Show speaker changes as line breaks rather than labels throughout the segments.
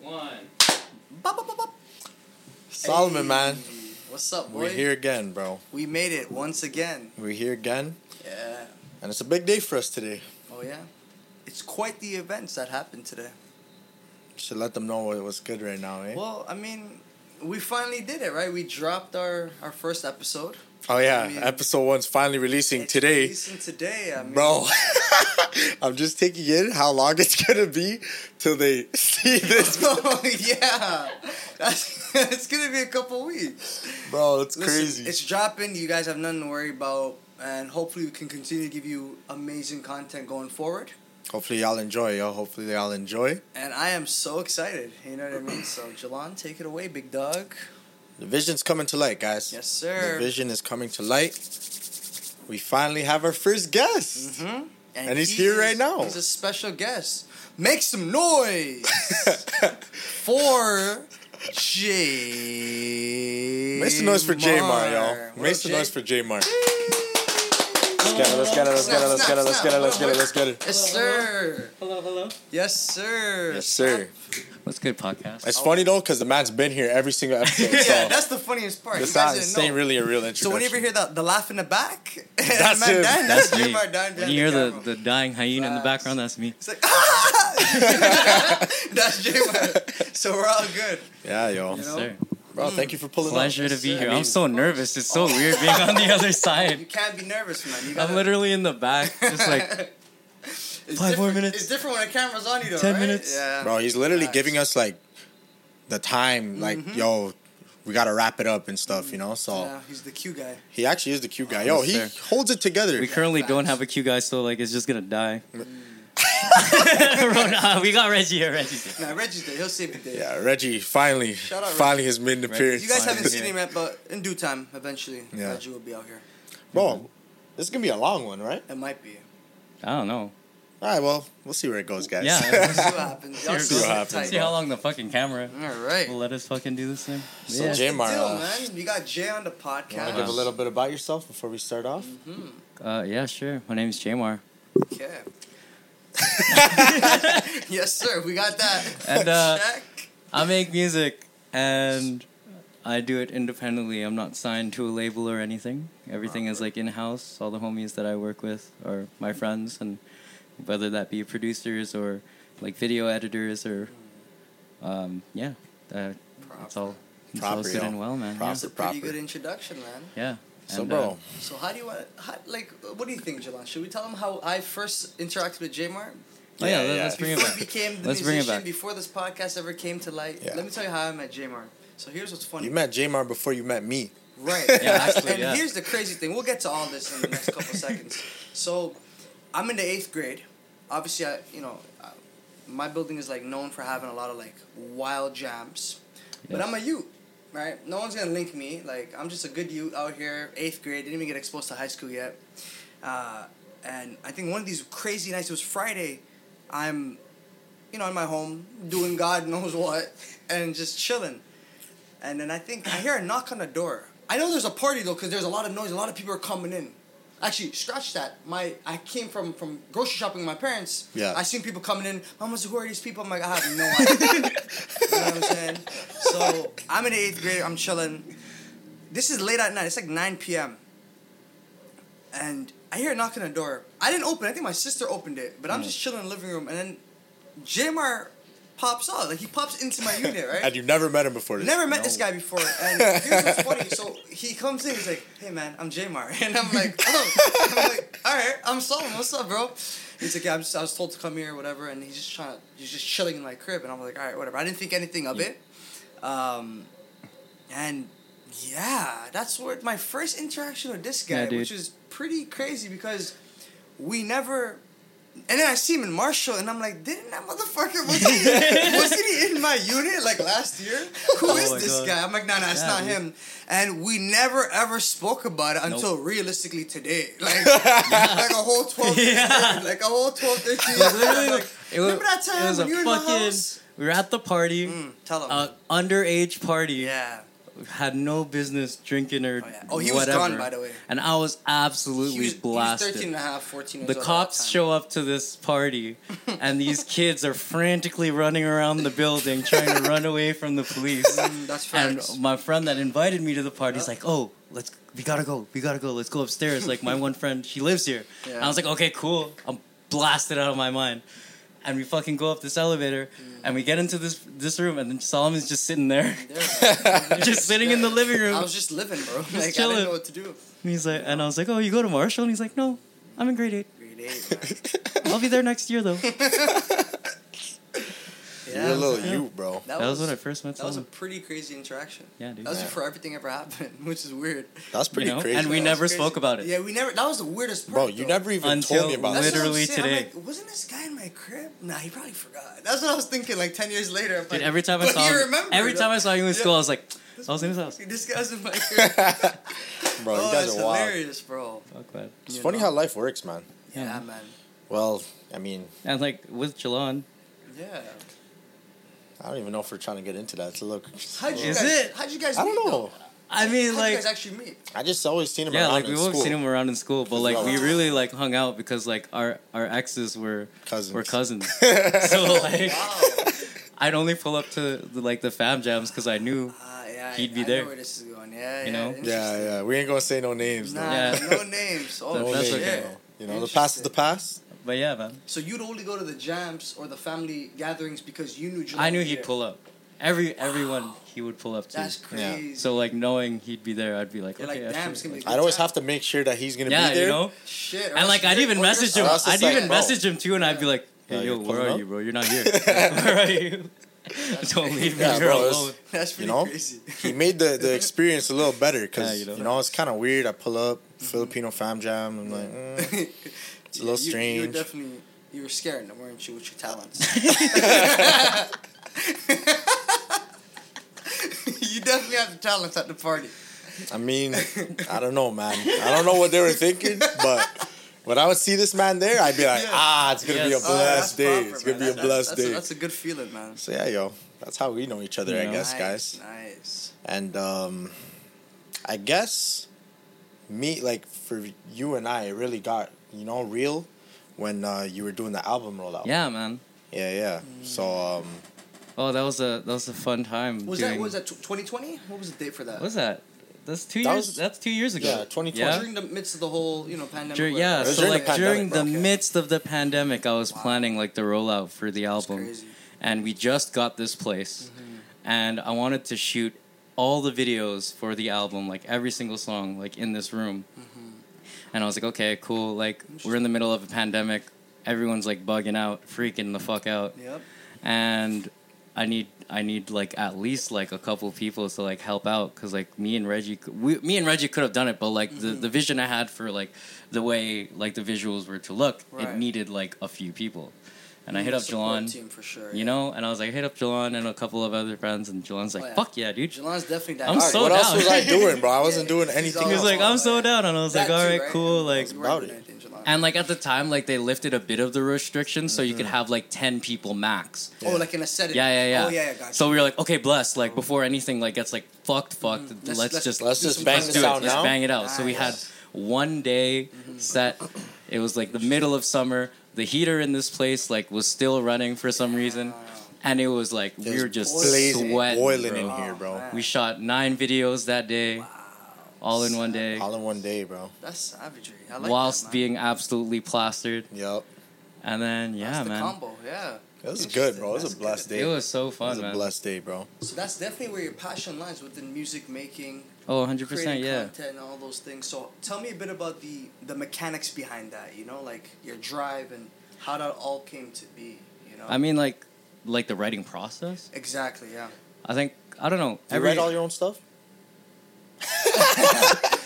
One.
Bop, bop, bop, bop.
Solomon,
Hey.
man.
What's up, boy?
We're here again, bro.
We made it once again.
We're here again,
Yeah.
and it's a big day for us today.
Oh yeah. It's quite the events that happened today.
Should let them know what was good right now, eh?
Well, I mean, we finally did it, right? We dropped our our first episode.
oh yeah,
I mean-
episode one's finally releasing
It's
today,
releasing today, I mean,
bro. I'm just taking in how long it's gonna be till they see this,
yeah. That's it's gonna be a couple weeks.
bro. It's
Listen,
crazy.
It's dropping. You guys have nothing to worry about, and hopefully we can continue to give you amazing content going forward.
Hopefully y'all enjoy, yo. Hopefully y'all enjoy.
And I am so excited. You know what I mean? So, Jalan, take it away, big dog.
The vision's coming to light, guys.
Yes,
The
sir.
vision is coming to light. We finally have our first guest.
hmm
And he's here right now.
He's a special guest. Make some noise Mm. for J.
Make some noise for J Mar, y'all.
What
Make
up,
some
J?
noise for J Mar. Let's get it, let's get it, let's get it, let's get it, let's get it, let's get it.
Yes, sir.
Hello, hello.
Yes, sir.
Yes, sir.
What's good, podcast?
It's funny though, because the man's been here every single episode. So
yeah, that's the funniest part.
this,
you guys
not-
didn't
this
know.
ain't really a real introduction.
so whenever you hear the, the laugh in the back,
That's him.
Dan, that's
That's
J
me.
Mar dying
When
behind
you hear the,
camera.
the dying hyena in the
Facts.
background, that's me.
It's like, ah! That's J Mar. So we're all good.
yeah, yo,
You
Yes,
know?
sir.
bro, thank you for pulling
Pleasure
up.
to be
I
here.
mean,
I'm so nervous. It's so
Oh.
weird being on the other
You
side.
can't be nervous, man. You gotta,
I'm literally in the back, just like
It's
five more
different-
minutes.
It's different when the camera's on you, though.
10
right?
minutes.
Yeah.
bro, he's literally
Facts.
giving us like the time, like yo, we gotta wrap it up and stuff, you know. So
Yeah, he's the Q guy.
he actually is the cute guy. Yo,
Yes,
he
sir.
holds it together.
we currently don't have a Q guy, so like it's just gonna die.
Mm.
Rona, we got Reggie here. Reggie's
Now Reggie's there. He'll save the day.
yeah, Reggie finally,
Shout out,
finally his mid appearance.
You guys
Fine.
haven't seen him yet, but in due time, eventually,
Yeah.
Reggie will be out here.
bro, this is gonna be a long one, right?
It might be.
I don't know.
All right, well, we'll see where it goes, guys.
Yeah.
We'll see what happens. Y'all
We'll
see
sit
what happens.
See
tight.
how long the fucking camera
All right.
will let us fucking do this thing.
So
Yeah.
Jay Mar,
Deal,
uh,
man. You got Jay on the
wanna
podcast.
give a little bit about yourself before we start off?
Uh, yeah, sure. My name is Jamar.
Okay. yes, sir. We got that.
And, uh,
Check.
I make music and I do it independently. I'm not signed to a label or anything. Everything is like in house. All the homies that I work with are my friends, and whether that be producers or like video editors or um, yeah, uh, it's all it's all
Proper,
good
yo.
and well, man.
Proper.
That's a pretty good introduction, man.
Yeah. yeah.
So,
And,
bro,
uh,
So how do you want? How, like, what do you think, Jalan? Should we tell them how I first interacted with J Mart?
oh, yeah,
Yeah,
let-
yeah.
let's bring it
Before I
back.
became the
Let's bring it
musician,
back.
before this podcast ever came to light.
Yeah.
Let me tell you how I met J Mart. So here's what's funny.
you met Jamar before you met me.
Right.
Yeah,
actually,
and
yeah.
here's the crazy thing. We'll get to all this in the next couple seconds. So, I'm in the eighth grade. Obviously, I you know, I, my building is like known for having a lot of like wild jams, but
Yes.
I'm a youth, right? No one's gonna link me. Like I'm just a good youth out here, eighth grade. Didn't even get exposed to high school yet. Uh, and I think one of these crazy nights it was Friday. I'm, you know, in my home doing God knows what and just chilling. And then I think I hear a knock on the door. I know there's a party though, because there's a lot of noise. A lot of people are coming in. Actually, scratch that. My I came from from grocery shopping with my parents.
Yeah.
I seen people coming in. Mama's who are these people? I'm like, I have no idea. you know what I'm saying? So I'm in the eighth grade. I'm chilling. This is late at night. It's like 9 p.m. And I hear a knock on the door. I didn't open. it. I think my sister opened it. But I'm just chilling in the living room, and then Jamar pops out. Like he pops into my unit, right?
And you never met him before this.
Never met this guy before, and here's what's funny. So he comes in, he's like, "Hey man, I'm Jamar," and I'm like, "Oh, I'm like, all right, I'm Solomon. What's up, bro?" He's like, "Yeah, I'm just, I was told to come here, whatever," and he's just trying, to, he's just chilling in my crib, and I'm like, "All right, whatever." I didn't think anything of it, um, and yeah, that's what my first interaction with this guy,
Yeah, dude.
which is pretty crazy because we never. And then I see him in Marshall, and I'm like, didn't that motherfucker was he, wasn't he in my unit like last year? Who
Oh
is
my
this
God.
guy? I'm like, nah, nah, it's
Yeah,
not
dude.
him. And we never ever spoke about it until realistically today, like like a whole twelve, years
Yeah.
old, like a whole twelve, thirteen.
It was
Years old.
literally
Like,
like- it was-
remember that
it
time
was
when
a
you were in my
fucking-
house?
We were at the party,
Mm, tell hmm, him.
uh, underage party.
yeah,
had no business drinking or
Oh, yeah. Oh, he was
whatever.
gone, by the way.
And I was absolutely
he was,
blasted.
He was 13 and a half, 14 years
the
old at that
cops
time.
show up to this party, and these kids are frantically running around the building trying to run away from the police.
Mm, that's
And
facts.
my friend that invited me to the party is
Yeah.
like, "Oh, let's we gotta go, we gotta go, let's go upstairs." Like my one friend, she lives here.
Yeah.
And I was like, "Okay, cool." I'm blasted out of my mind, and we fucking go up this elevator, and we get into this this room, and then Solomon's just sitting there, just sitting in the living room.
I was just living, bro. Like, I
chilling.
didn't know what to do.
and he's like, and I was like, "Oh, you go to Marshall?" And he's like, "No, I'm in grade eight.
Grade eight, man.
I'll be there next year though."
Yeah.
You're a little you, bro.
that,
That was
was,
when I first met
that was a
Solomon.
pretty crazy interaction.
Yeah, dude.
That was
Yeah.
before everything ever happened, which is weird.
That's pretty
know,
crazy.
and we
That was
never
crazy.
spoke about it.
Yeah, we never. That was the weirdest part.
bro, you
though.
never even
Until
told me about
That's
this.
what I'm
Literally
saying. I'm
today.
like, wasn't this guy in my crib? Nah, he probably forgot. That's what I was thinking. Like ten years later, I'm
Dude,
like,
every time I
but
saw
he
him,
remembered,
every time I saw him in
Yeah.
school, I was like, I was in his house.
this guy's in my crib.
bro,
oh,
you guys
that's
are wild.
hilarious, bro.
Fuck man.
It's
You
funny
know?
how life works, man.
Yeah,
Yeah,
man.
man.
Well, I mean,
And like with Jalon,
Yeah.
I don't even know if we're trying to get into that. It's a little.
How'd you
Is
guys?
it?
How'd you guys?
I don't
meet,
know.
I
Though?
mean,
How'd you
like,
guys actually meet?
I just always seen him
yeah,
around
like
in
we've
school.
always seen him around in school, but
Cause
like
y'all-
we really like hung out because like our our exes were
Cousins.
were cousins. so like,
Wow.
I'd only pull up to the, like the fam jams because I knew.
Ah, yeah,
He'd
I,
be
I
there.
Know where this is going? Yeah,
You
yeah.
know?
Yeah, yeah. We ain't gonna say no names. though.
Nah,
Yeah.
no names. Oh
No
No
that's
names,
shit.
okay.
though. You know, the past is the past.
But yeah, man,
So you'd only go to the jams or the family gatherings because you knew. Jalal
I knew
was
he'd
there.
pull up. Every everyone he would pull up to.
That's
Yeah.
crazy.
so like knowing he'd be there, I'd be like,
You're
okay,
like,
I
damn,
should-
it's gonna be. a
I'd
good
always
time.
have to make sure that he's gonna
yeah,
be there.
you know.
Shit. or
And like
else
I'd
you're-
even
or
message
you're-
him.
Or else
I'd
it's like,
even
bro.
message him too, and I'd be like,
Yeah,
"Hey,
you're
yo, where
pulling
are
up?
you, bro? You're not here. where are you? Don't leave me
Yeah,
here
bro, it's-
alone."
"Oh, That's
You
pretty
know?
crazy.
he made the, the experience a little better
Yeah,
because
you know. Mm-hmm.
you know it's kind of weird. I pull up Filipino fam jam. I'm like, mm.
it's
a little
You, you
strange.
were definitely you were scared, weren't you, with your talents? you definitely have the talents at the party.
"Mm, I mean, I don't know, man. I don't know what they were thinking, but when I would see this man there, I'd be like,
Yeah.
ah, it's gonna be a
Yes.
Oh, that's
blessed day.
proper,
it's gonna
man.
be a
That- that's-
blessed
that's
day.
that's a good feeling, man.
so yeah, yo, that's how we know each other,
Yeah.
I guess,
nice,
guys.
Nice.
And um, I guess me like for you and I, it really got you know real when uh, you were doing the album rollout.
Yeah, man.
yeah, yeah. So um,
Oh, that was a that was a fun time.
Was
doing,
that was that twenty twenty? What was the date for that?
what was that? That's two
That
years.
was-
that's two years ago.
yeah, 2020.
Yeah.
During the midst of the whole you know pandemic.
Dur-
whatever.
yeah,
was
so
during the
like during
pandemic,
the
bro. Okay.
midst of the pandemic, I was
Wow.
planning like the rollout for the
That's
album,
crazy.
and we just got this place,
Mm-hmm.
and I wanted to shoot all the videos for the album, like every single song, like in this room.
Mm-hmm.
And I was like, okay, cool. Like we're in the middle of a pandemic, everyone's like bugging out, freaking the fuck out,
Yep.
and I need I need like at least like a couple people to like help out because like me and Reggie c- we, me and Reggie could have done it but like
Mm-hmm.
the, the vision I had for like the way like the visuals were to look it
Right.
needed like a few people and I hit up
Support
Jalon
Team for sure.
you know and I was like I hit up Jalon and a couple of other friends and Jalon's like
Oh, yeah.
fuck yeah dude
Jalon's definitely that.
I'm
all right,
so
what else
down.
was I doing, bro? I wasn't
Yeah,
doing
he's
anything.
all-
he was
else.
like I'm so
yeah.
down and I was
That
like all
too,
right
right?
cool like
That's
about it.
and like at the time like they lifted a bit of the restriction so you could have like 10 people max
oh, like an aesthetic.
Yeah, yeah, yeah.
Mm-hmm. Oh, yeah, yeah, gotcha.
So we were like, okay, bless. Like before anything like gets like fucked, fucked. Let's,
Let's- Mm-hmm. let's-
just
Let's
Do
just
some
bang
let's
fun
this
do it.
out
Let's
now.
bang it out. So we had
Nice. Mm-hmm.
one day set. It was like the middle of summer. The heater in this place like was still running for some reason, and it was like we
It's
were just
blazing,
sweating,
boiling
bro.
in here, bro.
Oh, man.
We shot nine videos that day, all in one day,
All in one day, bro.
That's savagery. I like
whilst
that, man.
being absolutely plastered.
Yep.
And then yeah,
that's the
man,
combo. Yeah.
It was
Interesting.
good, bro. It was
That's
a blessed day.
it was so
It
fun,
was a
man.
blessed day, bro.
So that's definitely where your passion lies within music making,
Oh, 100 percent,
creating
yeah.
content, and all those things. So tell me a bit about the the mechanics behind that. You know, like your drive and how that all came to be. You know.
I mean, like, like the writing process.
Exactly. Yeah.
I think I don't know.
You write all your own stuff?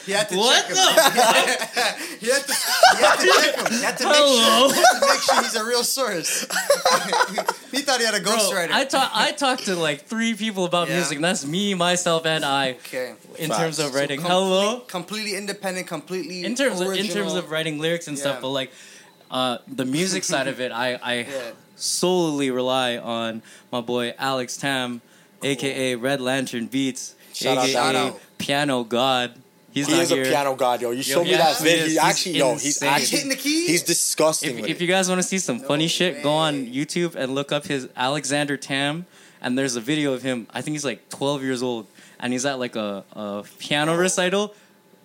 You had to
What
check him. you had to, you had to check him. You had to, make
Hello?
sure, you had to make sure he's a real source. he thought he had a
Bro,
ghostwriter.
I talk. I talked to like three people about
Yeah.
music. And that's me, myself, and I.
okay.
In
Facts.
terms of
So
writing,
complete-
hello.
Completely independent, completely.
In terms of in
original.
terms of writing lyrics and stuff,
Yeah.
but like, uh, the music side of it, I I
Yeah.
solely rely on my boy Alex Tam, aka Red Lantern Beats.
Shout out,
AKA
shout out.
Piano God. He's
He
not
is
here.
a piano god, yo. You showed me
he
that
actually
vid.
is.
He
He's
actually, yo, he's
insane.
He's hitting
actually,
the key.
he's disgusting.
If,
with
if
it.
you guys want to see some
No
funny shit, go on
way.
YouTube and look up his Alexander Tam. And there's a video of him. I think he's like 12 years old, and he's at like a, a piano recital.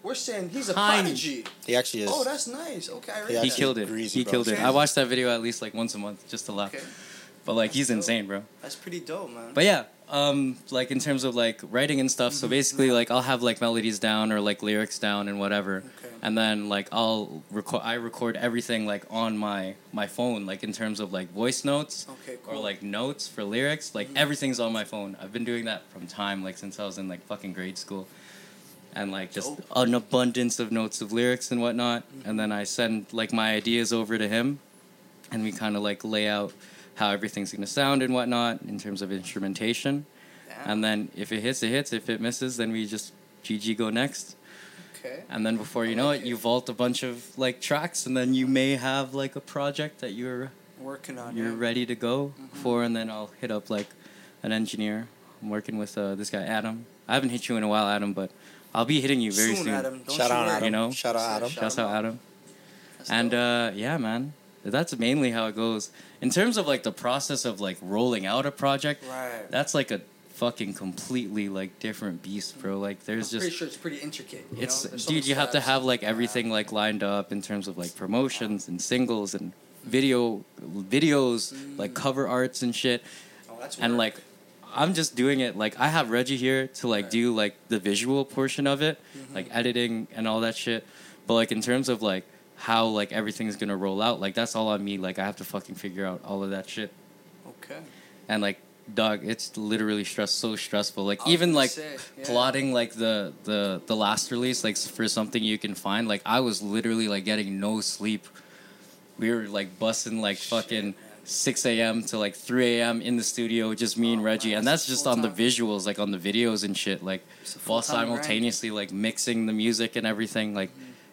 We're saying he's a
Tiny.
prodigy.
he actually is.
Oh, that's nice. Okay, I read
Yeah,
He
that's
that.
killed it.
greasy,
he
bro.
killed it. I watch that video at least like once a month just to laugh.
Okay,
But like he's
Dope.
insane, bro.
that's pretty dope, man.
But yeah, um, like in terms of like writing and stuff. So basically, like I'll have like melodies down or like lyrics down and whatever,
Okay.
and then like I'll record. I record everything like on my my phone, like in terms of like voice notes
okay, cool.
or like notes for lyrics. Like
Mm-hmm.
everything's on my phone. I've been doing that from time like since I was in like fucking grade school, and like just
Dope. Mm-hmm.
an abundance of notes of lyrics and whatnot. And then I send like my ideas over to him, and we kind of like lay out how everything's gonna sound and whatnot in terms of instrumentation.
Damn,
And then if it hits, it hits. If it misses, then we just GG go next.
okay.
And then before you
I
know
like
it,
it.
you vault a bunch of like tracks, and then you may have like a project that you're
Working on
you're
it.
ready to go for, and then I'll hit up like an engineer. I'm working with uh, this guy Adam. I haven't hit you in a while, Adam, but I'll be hitting you very soon.
Adam. Don't
Shout
you
out,
worry.
Adam.
You know?
Shout out, Adam.
That's how Adam.
That's
And
dope.
uh, yeah, man, that's mainly how it goes. In terms of like the process of like rolling out a project,
right.
that's like a fucking completely like different beast, bro. Like there's
I'm
just
pretty sure it's pretty intricate. You
it's
know? There's so
dude
much
you have to
steps.
have like
Yeah.
everything like lined up in terms of like promotions and singles and
Mm.
video videos like cover arts and shit
Oh, that's
and
work.
like i'm just doing it like i have reggie here to like
Right. Mm-hmm.
do like the visual portion of it like editing and all that shit but like in terms of like how like everything's gonna roll out like that's all on me like i have to fucking figure out all of that shit
okay.
and like dog it's literally stress so stressful like
I was
even
gonna
like
say, Oh, yeah.
plotting like the the the last release like s- for something you can find like i was literally like getting no sleep we were like bussing like
Shit,
fucking
man.
6 a.m to like 3 a.m in the studio just me
Oh,
and reggie
man,
and
that's
that's just
full
on the
time.
visuals like on the videos and shit like
It's a
while
full-time Mm. grind.
simultaneously like mixing the music and everything like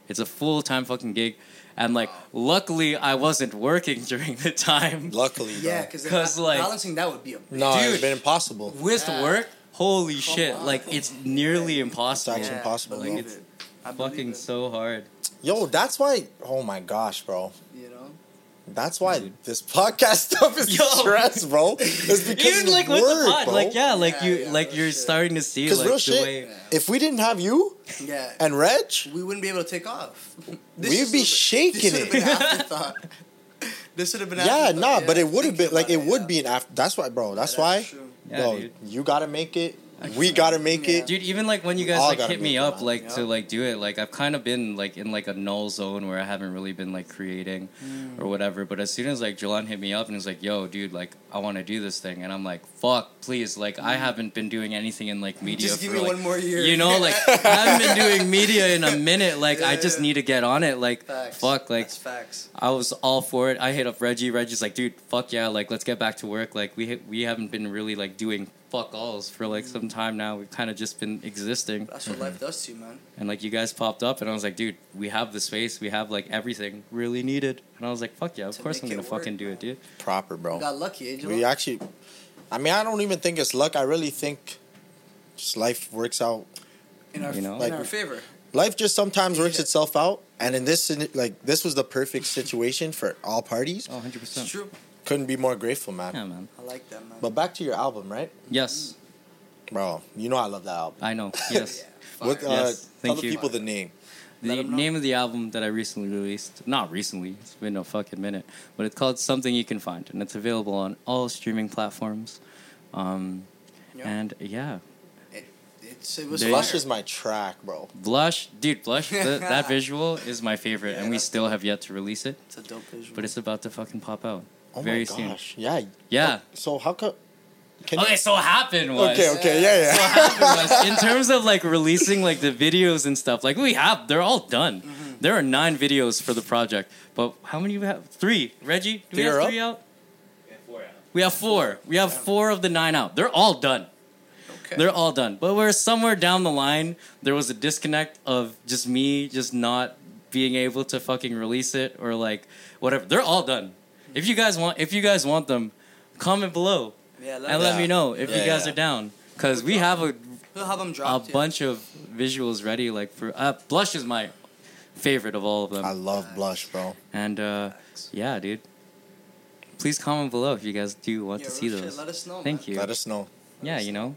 it's a full-time fucking gig and like luckily i wasn't working during the time
Luckily,
Yeah,
though.
because
'Cause, like-
balancing that would be a
No,
Dude.
it's been impossible.
with
Yeah.
work holy
Come
shit
on.
like it's nearly impossible
It's actually impossible,
Like,
believe
it's
it. I believe
fucking
it,
so hard
Yo, that's why. Oh my gosh, bro.
You know,
That's why this podcast stuff is
Yo.
stress, bro. It's because
even like
of work,
with the pod
bro.
like yeah like
Yeah,
you
yeah,
like
real
you're
shit.
starting to see
'Cause
like
real
the
shit-
way
If we didn't have you
yeah,
and Reg,
we wouldn't be able to take off.
We'd
just
be
would've-
shaking
This would have
it.
been afterthought. this would have been.
yeah,
afterthought,
nah, but it would have
Thinking
been like
about
it would
yeah.
be an after. That's why, bro. That's
Yeah,
why,
true.
Yeah,
yo,
dude.
you gotta make it. We
Yeah.
gotta make
Yeah.
it.
dude even like when you
We
guys
all
like
gotta
hit me
make it,
up
man.
like to
Yeah.
like do it like i've kind of been like in like a null zone where i haven't really been like creating
Hmm.
or whatever but as soon as like Jalan hit me up and was like yo dude like i want to do this thing and i'm like fuck please like i haven't been doing anything in like media
Hmm. Just give
for,
me
like,
one more year.
You know, like I haven't been doing media in a minute. Like I
Yeah,
just
yeah.
need to get on it. Like
Facts.
fuck, like
That's facts.
I was all for it. I hit up Reggie. Reggie's like, dude, fuck yeah, like let's get back to work. Like we ha- we haven't been really like doing fuck alls for like some time now. We've kind of just been existing.
That's what
Mm-hmm.
life does to you, man.
And like you guys popped up, and I was like, dude, we have the space. We have like everything really needed. And I was like, fuck yeah, of
To
course I'm
make
gonna
it work,
fucking do
man.
it, dude.
Proper,
Oh.
bro.
You got lucky, eh, Angel.
We actually, I mean, I don't even think it's luck. I really think just life works out.
in our,
you know?
in
Like-
our favor.
Life just sometimes works
Yeah.
itself out, and in this, like, this was the perfect situation for all parties.
Oh, 100
It's
percent.
true.
Couldn't be more grateful, man.
Yeah, man.
I like that, man.
But back to your album, right,
Yes,
bro? You know I love that album.
I know. Yes.
Yeah,
With, uh,
fire.
Yes,
tell
thank
the
you.
people the name.
Let
The
'em know.
name of the album that I recently released, not recently, it's been a fucking minute, but it's called Something You Can Find, and it's available on all streaming platforms. Um,
Yeah.
And yeah,
it's, it was
They-
Blush
fire.
is my track, bro.
Blush, dude, Blush, th- that visual is my favorite,
Yeah,
and we
that's
still have yet to release it,
It's a dope visual.
but it's about to fucking pop out
Oh
very
my
soon.
gosh! Yeah. Oh,
Yeah.
So how come? Can
Okay, so what happened
You,
was.
Oh, okay. Okay. Yeah. Yeah.
what happened was, in terms of like releasing like the videos and stuff, like we have, they're all done.
Mm-hmm.
There are nine videos for the project, but how many we have? Three. Reggie, do
Three
we
are
have
up?
three out? We have four. We have four of the nine out. They're all done.
okay.
They're all done. But we're somewhere down the line. There was a disconnect of just me just not being able to fucking release it or like whatever. They're all done. If you guys want, if you guys want them, comment below
yeah,
and
let
let
me
me know if
Yeah,
you guys
yeah.
are down. because we have a
He'll have them
a
dropped. yeah.
bunch of visuals ready. Like for uh, blush is my favorite of all of
I
them,
love blush, bro.
and uh, yeah, dude. Please comment below if you guys do want
Yeah,
to see
real shit,
those.
Let us know.
Thank
man.
you.
Let us know.
yeah, you know.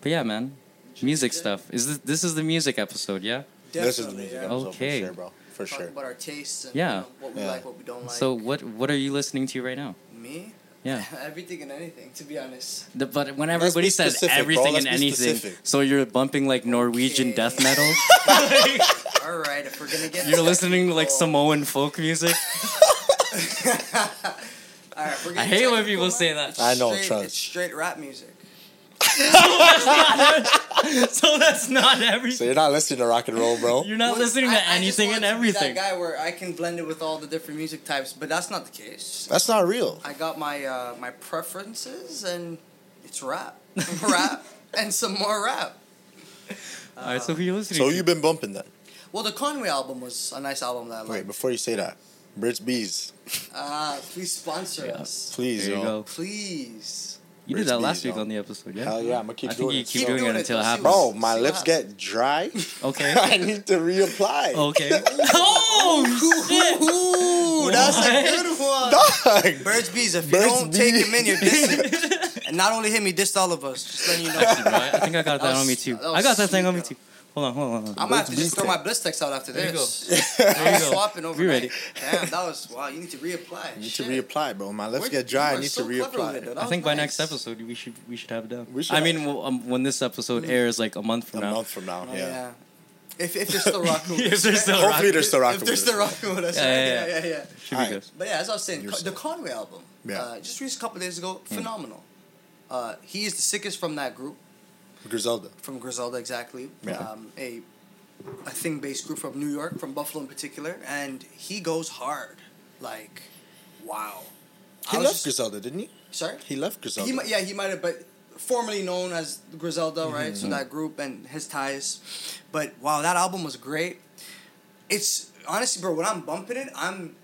But yeah, man, music stuff. Is this this is the music episode? Yeah.
This is the
Definitely,
music
yeah.
episode
Okay.
for sure, bro. For
Talk
sure.
about our tastes and
Yeah.
you know, what we
Yeah.
like, what we don't like.
So what what are you listening to right now?
me,
Yeah.
everything and anything. To be honest,
The- but when
Let's be
everybody says
specific, bro.
everything
Let's
and
be
anything,
specific.
so you're bumping like Norwegian
Okay.
death metal.
all right. If we're gonna get
You're listening to like
technical-
Samoan folk music.
All right, we're
I
getting
hate when people
technical, man.
say that.
I know,
Straight-
trust.
It's straight rap music.
so that's not
So
everything.
you're not listening to rock and roll, bro.
You're not
Well,
listening
I- I
to
just
anything
wanted
and
to be
everything.
That guy where I can blend it with all the different music types, but that's not the case.
That's not real.
I got my uh, my preferences, and it's rap, rap, and some more rap.
All right, so who you listening
So
to?
you've been bumping then.
Well, the Conway album was a nice album that I
Wait,
liked.
before you say that, Brits Bees,
Ah, please sponsor
Yeah.
us,
please,
there you go.
yo.
please.
You did
Rich
that
Bees,
last week
yo.
on the episode, yeah?
Hell yeah, I'm gonna keep
I think
doing
you
it.
keep
so-
doing it until it
see
happens.
Bro, my
See what
lips
happens.
get dry. I
Okay.
need to reapply.
okay. oh, shit.
Ooh, that's a
What?
good one.
Dog.
Birds bees. If you
Birds
don't take
Bees.
him in, you're dissing. and not only him, he dissed all of us. Just letting you know.
Actually, no, I I think I got that,
That was-
on me too.
that was
I got that thing
sweet,
on me
though.
too. Hold on, hold on, hold
I'm
on.
gonna have to
Birds
just
Bees
throw
tech.
my bliss text out after
There you
this.
There
I'm
you go.
swapping
We
over.
ready.
Damn, that was wow. You need to reapply.
I need
Shit.
to reapply, bro. My lips
We're-
get dry. I
we're
need
so
to
clever with it, though.
reapply.
That
I
was
think by next
nice.
episode we should we should have it done.
We should
I
have
mean,
it.
well, um, when this
Mm-hmm.
episode airs, like a month
A
from now.
month from now,
Oh,
yeah.
yeah. If if they're still rocking. with
If
us.
they're still
If-
Hopefully they're still rocking
If they're
with
still
us.
rocking with us.
Yeah,
right?
yeah,
yeah, yeah, yeah.
Should be
Alright.
good.
But yeah, as I was saying,
You're
Co- the
sick.
Conway album,
Yeah. Hmm.
uh, just released a couple days ago, phenomenal. Uh, he is the sickest from that group,
Griselda.
from Griselda exactly.
Yeah.
Um, a a thing based group from New York, from Buffalo in particular, and he goes hard, like, wow.
He
I was
left
just-
Griselda, didn't he?
Sorry.
He left Griselda.
He might, yeah, he might have, but formerly known as Griselda, right? So that group and his ties. But wow, that album was great. It's honestly, bro, when I'm bumping it, I'm.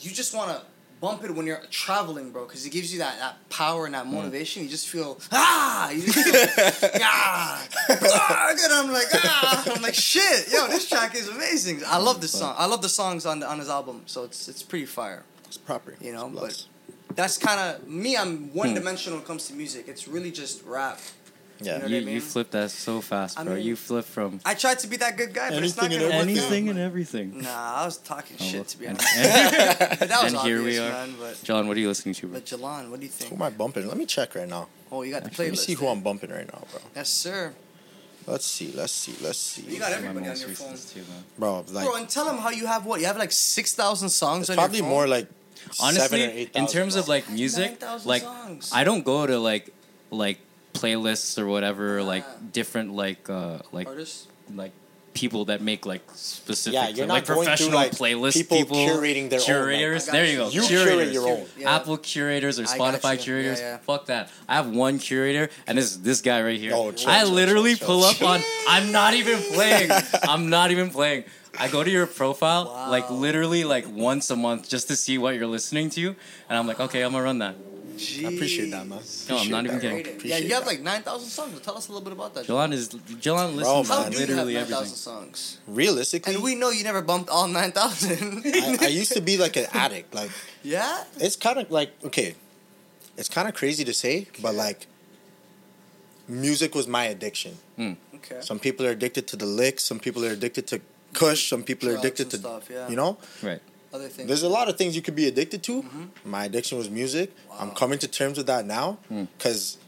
You just want to bump it when you're traveling, bro, because it gives you that, that power and that motivation. You just feel, ah! You just feel, ah! ah! And I'm like, ah! I'm like, shit, yo, this track is amazing. I love this song. I love the songs on, the, on his album, so it's, it's pretty fire
It's proper.
You know,
It's blessed.
that's kind of me. I'm one dimensional when it comes to music. It's really just rap.
yeah.
you know
You,
what I
you
mean?
flipped that so fast,
I
bro. you
mean-
flipped from
I tried to be that good guy, but it's not
Anything
gonna
and
work. out.
anything and everything.
Nah, I was talking
Oh, well,
Mm, shit to be
and-
honest.
and-
But that was
and
obvious,
here we are.
man. But
John, what are you listening to? bro?
but Jalan, what do you
Who
think?
am I bumping? Let me check right now.
Oh, you got the
Let me
playlist.
see who I'm bumping right now, bro.
Yes, sir.
Let's see. Let's see. Let's see.
You got
Those are my
everybody on
most
your
recent
phone.
too, man.
Bro, like
Bro, and tell them how you have what you have like six thousand songs
it's
on
probably
your phone.
more like
Honestly,
seven or eight.
in terms of like
That's
music,
9,000
like
songs.
I don't go to like like playlists or whatever, like
Ah.
different like uh like
artists.
like people that make like specific
Yeah,
like
you're not going through,
professional
like,
playlist
people
people,
curating their own, like-
curators.
I got
there you go.
you
curators.
curate your own.
Yeah.
Apple curators or
I got
Spotify
you.
curators.
Yeah, yeah.
Fuck that. I have one curator, and this this guy right here.
Oh, chill,
I
chill,
literally
chill,
pull
chill,
up on. I'm not even playing. I'm not even playing. I go to your profile
Wow.
like literally like once a month just to see what you're listening to, and I'm like, okay, I'm gonna run that.
I appreciate that, man.
No, I'm not even
Appreciate that, bro.
kidding.
Yeah,
Appreciate
you have
that.
like nine thousand songs. Tell us a little bit about that.
Jalan is Jalan
Bro,
listens
how
to
man.
do you have
literally
nine thousand
everything.
songs?
realistically.
And we know you never bumped all nine thousand.
I, I used to be like an addict. Like
yeah.
it's kind of like okay, it's kind of crazy to say, but like music was my addiction.
Okay.
Some people are addicted to the licks. Some people are addicted to Kush. Some people are
Drugs
addicted
and
to
stuff, yeah.
you know.
Right.
Other things.
There's a lot of things you could be addicted to.
Mm-hmm.
My addiction was music. I'm coming to terms with that now
Hmm.
because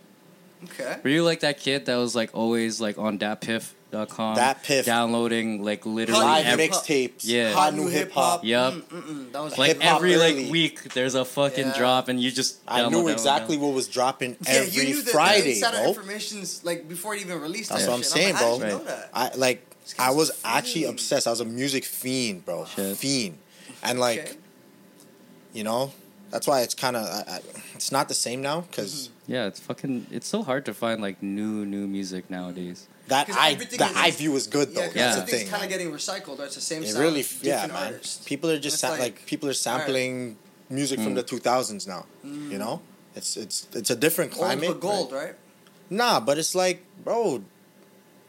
Okay.
Were you like that kid that was like always like on datpiff.com
That piff.
downloading like literally
live
Hip-hop.
every
mixtapes,
Yeah.
hot new hip hop.
Yep.
Mm-mm, that was
like
Hip-hop
every
early.
like week there's a fucking
Yeah.
drop and you just
I
download
knew
that one
exactly
down.
what was dropping
yeah,
every
you knew that the
Friday,
insider
bro.
information's like before it even released.
That's
that
what I'm
shit.
saying,
like, how
bro.
did you know that?
I like
This guy's
I
a
was
fiend.
actually obsessed. I was a music fiend, bro.
Shit.
Fiend, and like
Okay.
you know, that's why it's kind of I, I, it's not the same now because
Mm-hmm.
Yeah, it's fucking it's so hard to find like new new music nowadays.
that
'Cause
I
everything
that
is-
I view is good though.
Yeah, 'cause
Yeah.
That's the
everything's
thing.
kind
man.
of getting recycled, or it's the same
It
sound.
really,
different
yeah, man.
artist.
People are just
It's
sa-
like-
like, people are sampling music from the 2000s now. You know, it's it's it's a different
Old
climate.
but Mm. gold, right?
Nah, but it's like, bro,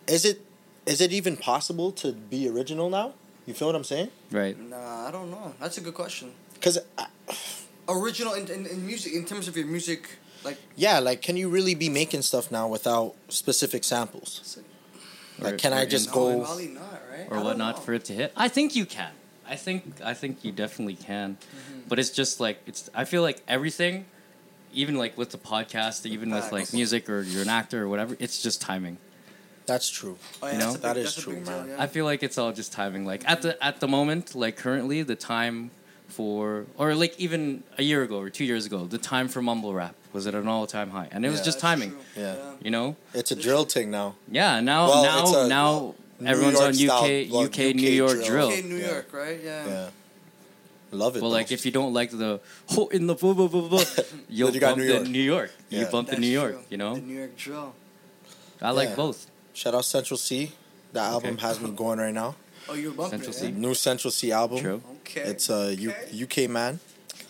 is it is it even possible to be original now? You feel what I'm saying? uh,
Right.
Nah, I don't know. That's a good question.
Because
Original in, in, in music, in terms of your music, like
yeah, like, can you really be making stuff now without specific samples? Like,
Or-
can I
or
just
in-
no,
go-
probably not, right? I
or
don't
whatnot
know.
for it to hit. I think you can. I think I think you definitely can. But it's just like it's I feel like everything even like with the podcast, even with like
Facts.
music or you're an actor or whatever, it's just timing.
That's true.
Oh, yeah,
you know?
that's a big-
That is
that's a
true,
big
man.
deal, yeah.
I feel like it's all just timing. Like at the at the moment, like currently the time for or like even a year ago or two years ago, the time for mumble rap was at an all time high. And it was
Yeah,
just
That's
timing.
true.
Yeah.
You know?
It's a drill thing now.
Yeah, now
Well, it's
now
a
now
New
everyone's
York
on
style,
UK
well,
UK New York drill.
Okay, New
Yeah.
York, right? Yeah.
Yeah. Love it.
Well,
though.
like if you don't like the oh in the blah blah blah blah, you'll
Then you got
bump
New
the
York.
New York. You
Yeah.
bump the
That's
New York.
true.
You know,
The New York drill.
I like
Yeah.
both.
Shout out Central C. The album has me going right now.
Oh, you're bumping
Central
it,
C.
yeah?
New Central C album.
True.
Okay.
It's a U-
Okay.
UK man.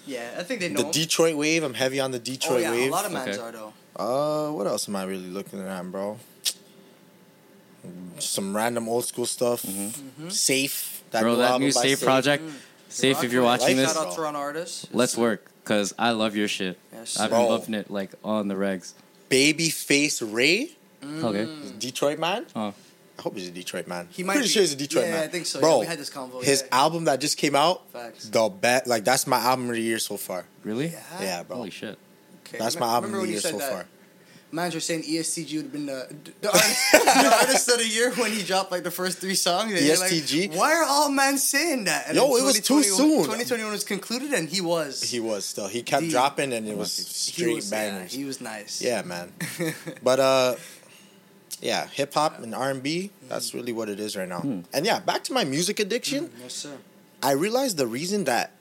yeah, I think they know.
The Detroit wave. I'm heavy on the Detroit
oh, yeah,
wave.
a lot of mans
Okay.
are, though.
Uh, what else am I really looking at, bro? Some random old school stuff.
Mm-hmm.
Safe. That
Mm-hmm. Bro, that
album
new
by Hmm.
Safe project,
Mm.
safe if you're
Rockaway.
watching
Life
this,
Shout out
this-
Toronto artists.
let's work because I love your shit.
Yes.
I've been
Bro.
bumping it like on the regs.
Babyface Ray,
Okay,
Detroit man.
Oh.
I hope he's a Detroit man.
Mm. He might
Pretty
be.
sure he's a Detroit
Yeah,
man.
I think so.
Bro,
Yeah, we had this convo.
his
yeah.
album that just came out,
Facts.
the bet, like that's my album of the year so far.
really?
Yeah.
Yeah, bro.
Holy shit!
Okay.
That's my
Remember
album of
when
the
you
year
said
so
that?
far.
Manager saying E ESTG would have been the, the, artist, the artist of the year when he dropped like the first three songs. And you're like,
ESTG?
Why are all men saying that? And
Yo,
then
it was too
2021
soon.
2021 was concluded and he was.
He was still. He kept
The-
dropping, and it was
He
straight
was- yeah,
bangers.
he was nice.
Yeah, man. but uh, yeah, hip hop and R and B. That's really what it is right now. And yeah, back to my music addiction.
Yes, sir.
I realized the reason that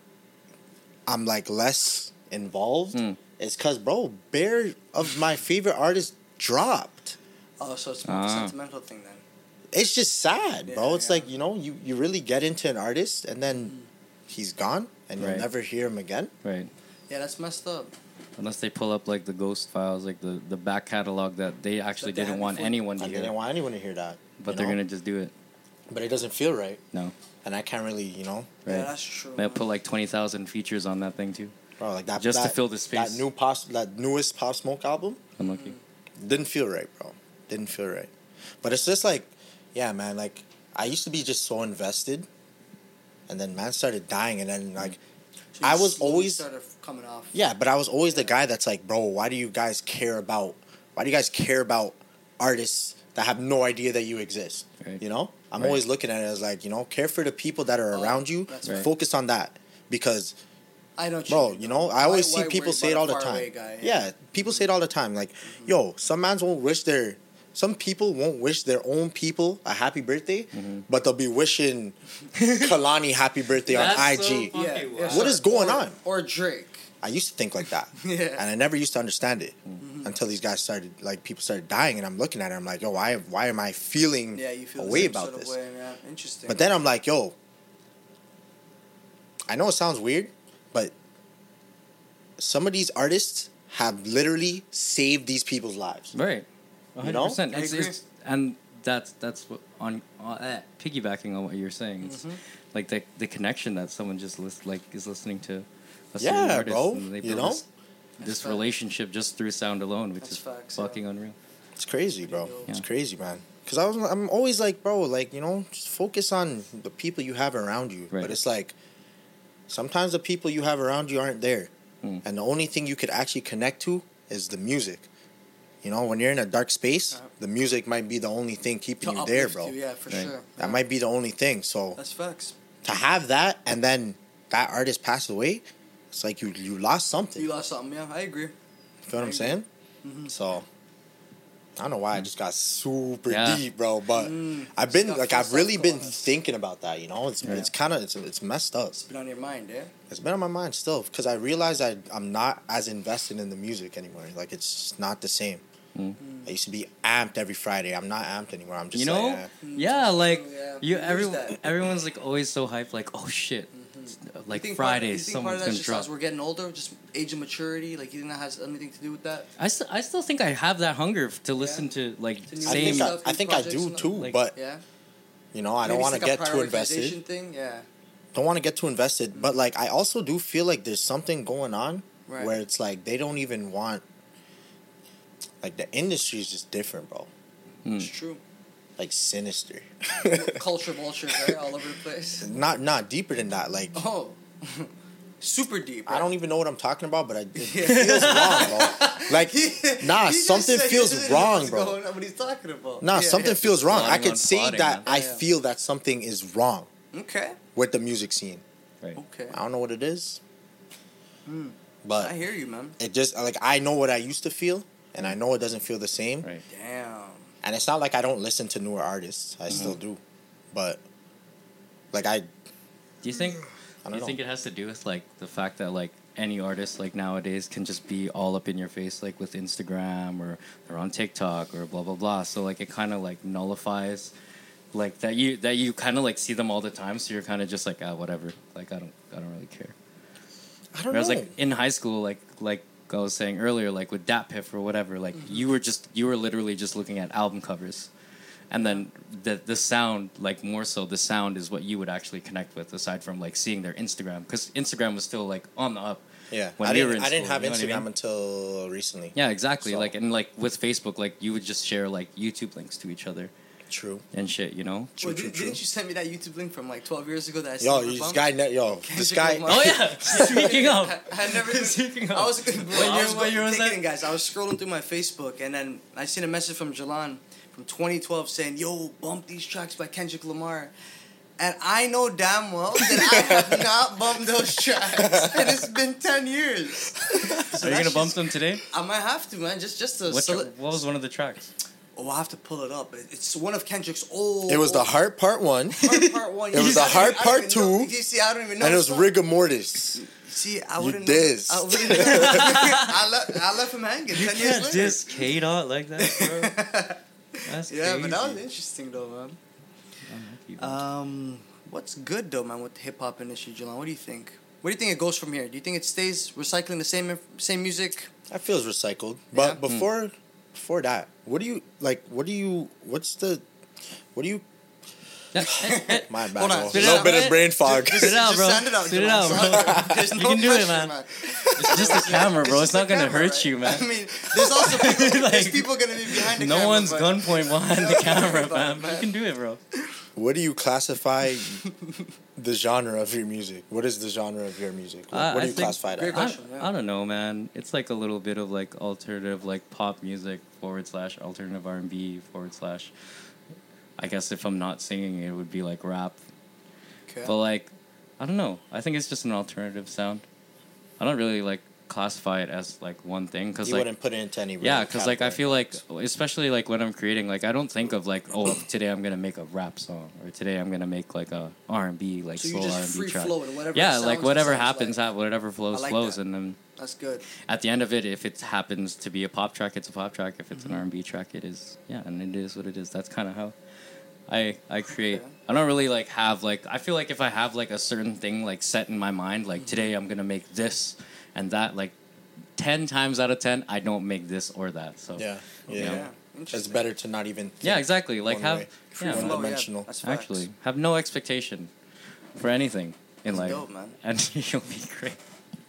I'm like less involved
Mm.
is because bro, bare of my favorite artists dropped.
Oh, so it's more of a
Uh-huh.
Ah.
sentimental thing then.
It's just sad, bro.
Yeah,
it's
yeah.
like you know, you you really get into an artist, and then he's gone, and
Right.
you'll never hear him again.
Right.
Yeah, that's messed up.
Unless they pull up like the ghost files, like the, the back catalog that they actually
they
didn't
had
want
before.
anyone to
I didn't
hear,
want anyone to hear that.
but
you
they're
know?
gonna just do it.
But it doesn't feel right,
No,
and I can't really, you know,
Yeah,
right?
that's true.
They'll
man.
put like twenty thousand features on that thing too.
bro, like that.
Just to
that,
fill the space.
That new pop, that newest Pop Smoke album
Unlucky.
didn't feel right, bro. Didn't feel right. But it's just like, yeah, man. Like I used to be just so invested, and then man started dying, and then like,
So you
I was
slowly
always-
started coming off.
yeah. But I was always the guy that's like, bro, why do you guys care about? Why do you guys care about artists that have no idea that you exist?
Right.
You know, I'm
Right.
always looking at it as like, you know, care for the people that are
Oh,
around you.
that's
right.
Focus on that because
I know. what
Bro,
mean.
you know,
Why-
I always
why
see people
worry
say it
about
all
a
the
faraway
time.
guy? Mm-hmm.
yeah. people say it all the time. Like, yo, some mans won't wish their, some people won't wish their own people a happy birthday,
Mm-hmm.
but they'll be wishing Kalani happy birthday on IG.
fucking Yeah, wild.
What is going
Or-
on?
Or Drake.
I used to think like that,
Yeah. Mm-hmm.
and I never used to understand it until these guys started, like, people started dying, and I'm looking at it, I'm like, yo, why, why am I feeling
Yeah, you feel
a
the
way
same
about
sort
this?
Of way, yeah. Interesting.
But then I'm like, yo, I know it sounds weird, but some of these artists have literally saved these people's lives.
Right.
You
100%.
know?
I
It's, it's, and that's that's what on, on eh, piggybacking on what you're saying. It's
Mm-hmm.
like the the connection that someone just list, like is listening to a certain
Yeah,
artist
bro.
and they build
You know?
this, this
fact.
relationship just through sound alone, which
That's
is
facts, yeah.
fucking unreal.
It's crazy, bro.
Yeah.
It's crazy, man. Cause I was, I'm always like, bro, like you know, just focus on the people you have around you.
Right.
But it's like, sometimes the people you have around you aren't there,
Mm.
and the only thing you could actually connect to is the music. You know, when you're in a dark space,
Uh-huh.
the music might be the only thing
To
keeping you there,
uplift
bro.
you, yeah, for
Right.
sure.
That might be the only thing. So
That's facts.
to have that and then that artist passed away, it's like you you lost something.
You lost something. Yeah, I agree.
feel what I'm saying?
Mm-hmm.
So I don't know why I just got super
Yeah.
deep, bro. But
Mm.
I've been
It's got
like I've really been
philosophical.
thinking about that. You know, it's it's kind of it's it's messed up.
It's been on your mind, yeah.
It's been on my mind still because I realized I I'm not as invested in the music anymore. Like it's just not the same.
Mm.
I used to be amped every Friday. I'm not amped anymore. I'm just
you know?
like, eh.
yeah, like
Mm, Yeah,
you
we lose
every,
that. Mm-hmm.
everyone's like always so hyped like, "Oh shit. it's uh, like
you think part, you
Fridays,
think part
someone's
of that's
gonna
just
drop.
as we're getting older, just age of maturity. Like you think that has anything to do with that?
I still, I still think I have that hunger f- to listen to like
To new
I
Same.
think
same.
I,
Stuff,
I
new
think I
projects
do
and
too,
all- Like-
but
Yeah.
you know,
Maybe
I don't
it's
want to
like a
get too invested.
prioritization Mm. Thing, yeah.
Don't want to get too invested, but like I also do feel like there's something going on
Right.
where it's like they don't even want. Like the industry is just different, bro.
It's true.
Like sinister.
Culture vultures right all over the place.
not not deeper than that. Like
Oh, super deep.
I
right?
don't even know what I'm talking about, but I, it feels wrong, bro. Like nah,
He just
something
said he
feels
doesn't know
wrong,
what's
bro.
going on, what he's talking about?
Nah,
Yeah,
something feels wrong. I
Plotting
could
on
say
plotting,
that
man.
I
Yeah.
feel that something is wrong
yeah. Okay.
with the music scene.
Right.
Okay.
I don't know what it is,
Mm. I
but
hear you, man.
it just like I know what I used to feel, and I know it doesn't feel the same.
Right.
Damn.
And it's not like I don't listen to newer artists.
Mm-hmm.
I still do, but like I,
Do you think?
I
Do
don't
you
know.
think it has to do with like the fact that like any artist like nowadays can just be all up in your face like with Instagram or they're on TikTok or blah blah blah. So like it kind of like nullifies like that you that you kind of like see them all the time. So you're kind of just like ah whatever. Like I don't I don't really care.
I don't know.
Whereas like in high school like like I was saying earlier like with Dat Piff or whatever like
Mm-hmm.
you were just you were literally just looking at album covers. And then the the sound, like more so, the sound is what you would actually connect with, aside from like seeing their Instagram, because Instagram was still like on the up.
yeah,
when
I
we
didn't.
were in
I didn't
school,
have
you know what I
Instagram
mean?
until recently.
Yeah, exactly.
So-
Like and like with Facebook, like you would just share like YouTube links to each other
True.
and shit. You know.
True,
Well,
true,
did,
true.
Didn't you send me that YouTube link from like 12 years ago that I
Yo,
still
this
bumped?
guy. Ne- yo, this
Kendrick
guy.
Lamar.
Oh yeah. Speaking of,
I, I had never. Even,
Speaking of-
I was.
When
Well, I
you-
was
when you
going-
was
take it
at-
in, guys. I was scrolling through my Facebook and then I seen a message from Jalan from 2012 saying, "Yo, bump these tracks by Kendrick Lamar." And I know damn well that I have not bumped those tracks, and it's been ten years. So
are you
that
gonna bump
shit's-
them today?
I might have to, man. Just, just to.
What,
soli-
tra- what was one of the tracks?
oh, I have to pull it up. It- It's one of Kendrick's old.
It was the
old-
heart part one,
Hard part one.
It was the
I don't
hard
even- I
part
don't even know-
two,
You see, I don't even know.
and it
the
was
song.
rigor mortis.
See, I wouldn't.
dissed.
Know, I wouldn't. Know. I, left, I left him hanging.
You
10 years
can't
later.
diss K Dot like that, bro. That's
yeah,
crazy.
but that was interesting though, man. Um, what's good though, man, with the hip hop industry, Jalan? What do you think? Where do you think it goes from here? Do you think it stays recycling the same inf- same music?
That feels recycled. But
Yeah. Hmm.
before before that, what do you like what do you what's the what do you my bad.
Hold on,
bro.
spit it
little
out,
bit
man.
of brain fog.
Spit it out, bro.
sound
Spit it
Jalan,
out,
sound
bro.
it out. There's
You
no
can do it,
pressure,
man. it's just the camera,
It's
bro.
just
It's
the
not gonna
camera,
hurt
right?
you, man.
I mean, there's also people, there's
Like,
people gonna be behind the
no
camera.
one's
but-
gunpoint behind the camera,
Everybody,
man.
man.
You can do it, bro.
what do you classify the genre of your music? What is the genre of your music? What,
Uh,
what
I
do you
think-
classify it
Great
as?
I,
question, yeah.
I don't know, man. It's like a little bit of like alternative, like pop music forward slash alternative R and B forward slash. I guess if I'm not singing, it would be like rap.
Okay.
But like, I don't know. I think it's just an alternative sound. I don't really like classify it as like one thing because
You
like
wouldn't put it into any
yeah
real
because like i
category.
feel like especially like when i'm creating like i don't think of like oh today i'm gonna make a rap song or today i'm gonna make like a r&b like
So you
soul
just
r&b
free
track
flow it, whatever. it
yeah
sounds,
like
it
whatever
sounds
happens
like.
ha- whatever flows
like
flows
that.
and then
That's good.
at the end of it if it happens to be a pop track it's a pop track if it's
Mm-hmm.
an r&b track it is yeah and it is what it is that's kind of how i i create
Okay.
i don't really like have like i feel like if i have like a certain thing like set in my mind
Mm-hmm.
like today i'm gonna make this and that like 10 times out of 10 i don't make this or that so
Yeah. Yeah.
Yeah.
It's
Interesting.
better to not even think.
yeah, exactly. Like
One way.
have
Free
yeah,
flow.
man.
one-dimensional.
that's facts.
actually have no expectation for anything in
That's
life,
dope, man.
and you'll be great.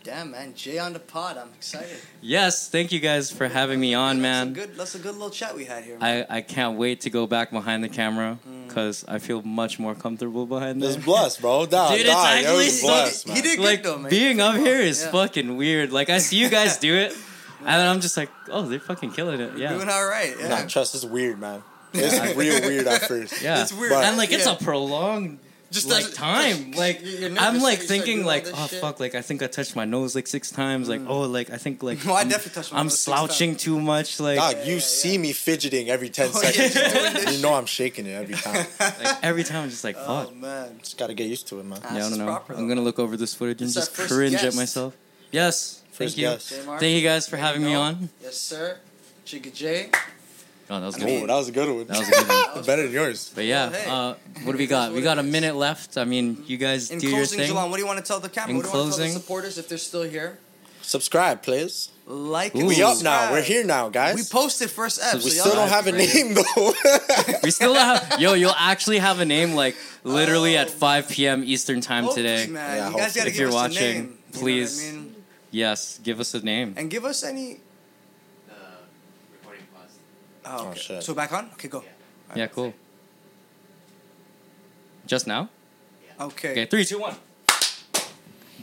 Damn, man, Jay on the pod. I'm excited.
Yes, thank you guys for having me on,
That's a
man.
good, that's a good little chat we had here. Man.
I, I can't wait to go back behind the camera
Mm.
because I feel much more comfortable behind
It's
this.
blessed, bro. Nah,
Dude, it's
nah, it
actually
was
so-
blessed, man.
He did good
Like
though, man.
being up here is
Yeah.
fucking weird. Like I see you guys do it, and then I'm just like, oh, they're fucking killing it. Yeah,
Doing all right. Yeah.
Nah, trust is weird, man. It's real weird at first.
yeah.
It's weird.
And like it's
Yeah.
a prolonged
Just
like
doesn't-
time. Like
You're- you're nervous,
I'm like
so you start
thinking
doing
like
all this
oh
shit.
fuck like I think I touched my nose like six times like oh like I think like
No, I
I'm-
definitely touched my
I'm
nose six
slouching too much like,
Dog, you
yeah,
see
yeah.
me fidgeting every
Oh,
10
yeah,
seconds.
you're
bro.
doing this
you know I'm shaking it every time.
like, every time I'm just like fuck
Oh man.
Just gotta get used to it, man.
Ah,
yeah I
this
don't
is
know
proper,
I'm
though.
gonna look over this footage and
This is our
just
first
cringe at
guest.
myself yes
First
thank you
guest.
Jay Mark,
thank you guys for having me
know.
on
Yes, sir. Chica J.
Oh, that was
I
good.
mean-
Oh, that was a good one.
That was a good one.
Better than yours.
But yeah,
Hey.
uh, what do we
That's
got? We
what
got
it
a
is.
minute left. I mean, you guys
In
do your
closing,
thing.
Jalan, what do you want to tell the camera?
In
What do you want to tell the
closing-
supporters if they're still here?
Subscribe, please.
Like
Ooh.
and
We up now.
subscribe.
We're here now, guys.
We posted first ep.
So we
so y'all
Still don't
have
have
to-
a name though.
We still have yo. You'll actually have a name like literally at 5 p.m. Eastern time
Oh. Hopefully,
today.
Man,
Yeah,
you guys
hopefully.
gotta
If
give
you're
us
watching,
a name, you know what I
please.
mean?
Yes, give us a name.
And give us any.
Uh,
The recording pause.
Oh,
Oh,
okay.
shit.
So back on? Okay, go.
Yeah, cool. Just now.
Okay.
Okay, three, two, one.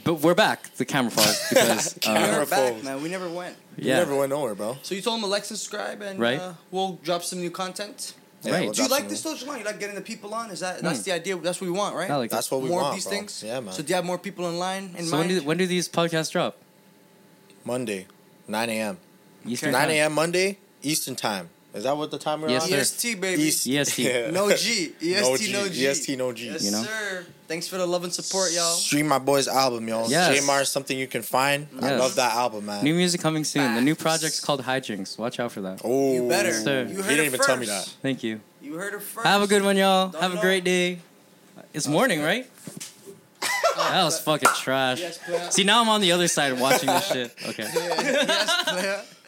But we're back. The camera paused because
We
uh,
Camera.
never back,
phones.
man. We never went.
You
yeah,
never went nowhere, bro.
So you told them to like, subscribe, and
Right.
uh, we'll drop some new content.
Yeah,
Right.
we'll
Do you
drop
like
some-
this though, Jalan? You like getting the people on? Is that that's the idea? That's what we want, right?
I Hmm. like it.
That's what we
more
want,
of these
bro.
things.
Yeah, man.
So do you have more people in line in
So when
mind?
do, when do these podcasts drop?
Monday, 9 a.m.
Eastern
9
time.
a.m. Monday, Eastern time. Is that what the time we're
Yes,
on?
sir.
EST E baby.
East.
EST.
Yeah.
No G. EST no G.
EST, E no G.
Yes
You know?
sir. Thanks for the love and support, y'all.
Stream my boy's album, y'all.
Yes.
Jamar is something you can find. I
Yes.
love that album, man.
New music coming soon. The new
Facts.
project's called Hijinks. Watch out for that.
oh,
You better.
sir.
You
he
heard
didn't
it
even tell me that.
first.
Thank you.
You heard it first.
Have a good one, y'all.
Don't
Have a
know.
great day. It's morning, right? That was fucking trash.
Yes, player.
See, now I'm on the other side watching this shit. Okay.
yes, player.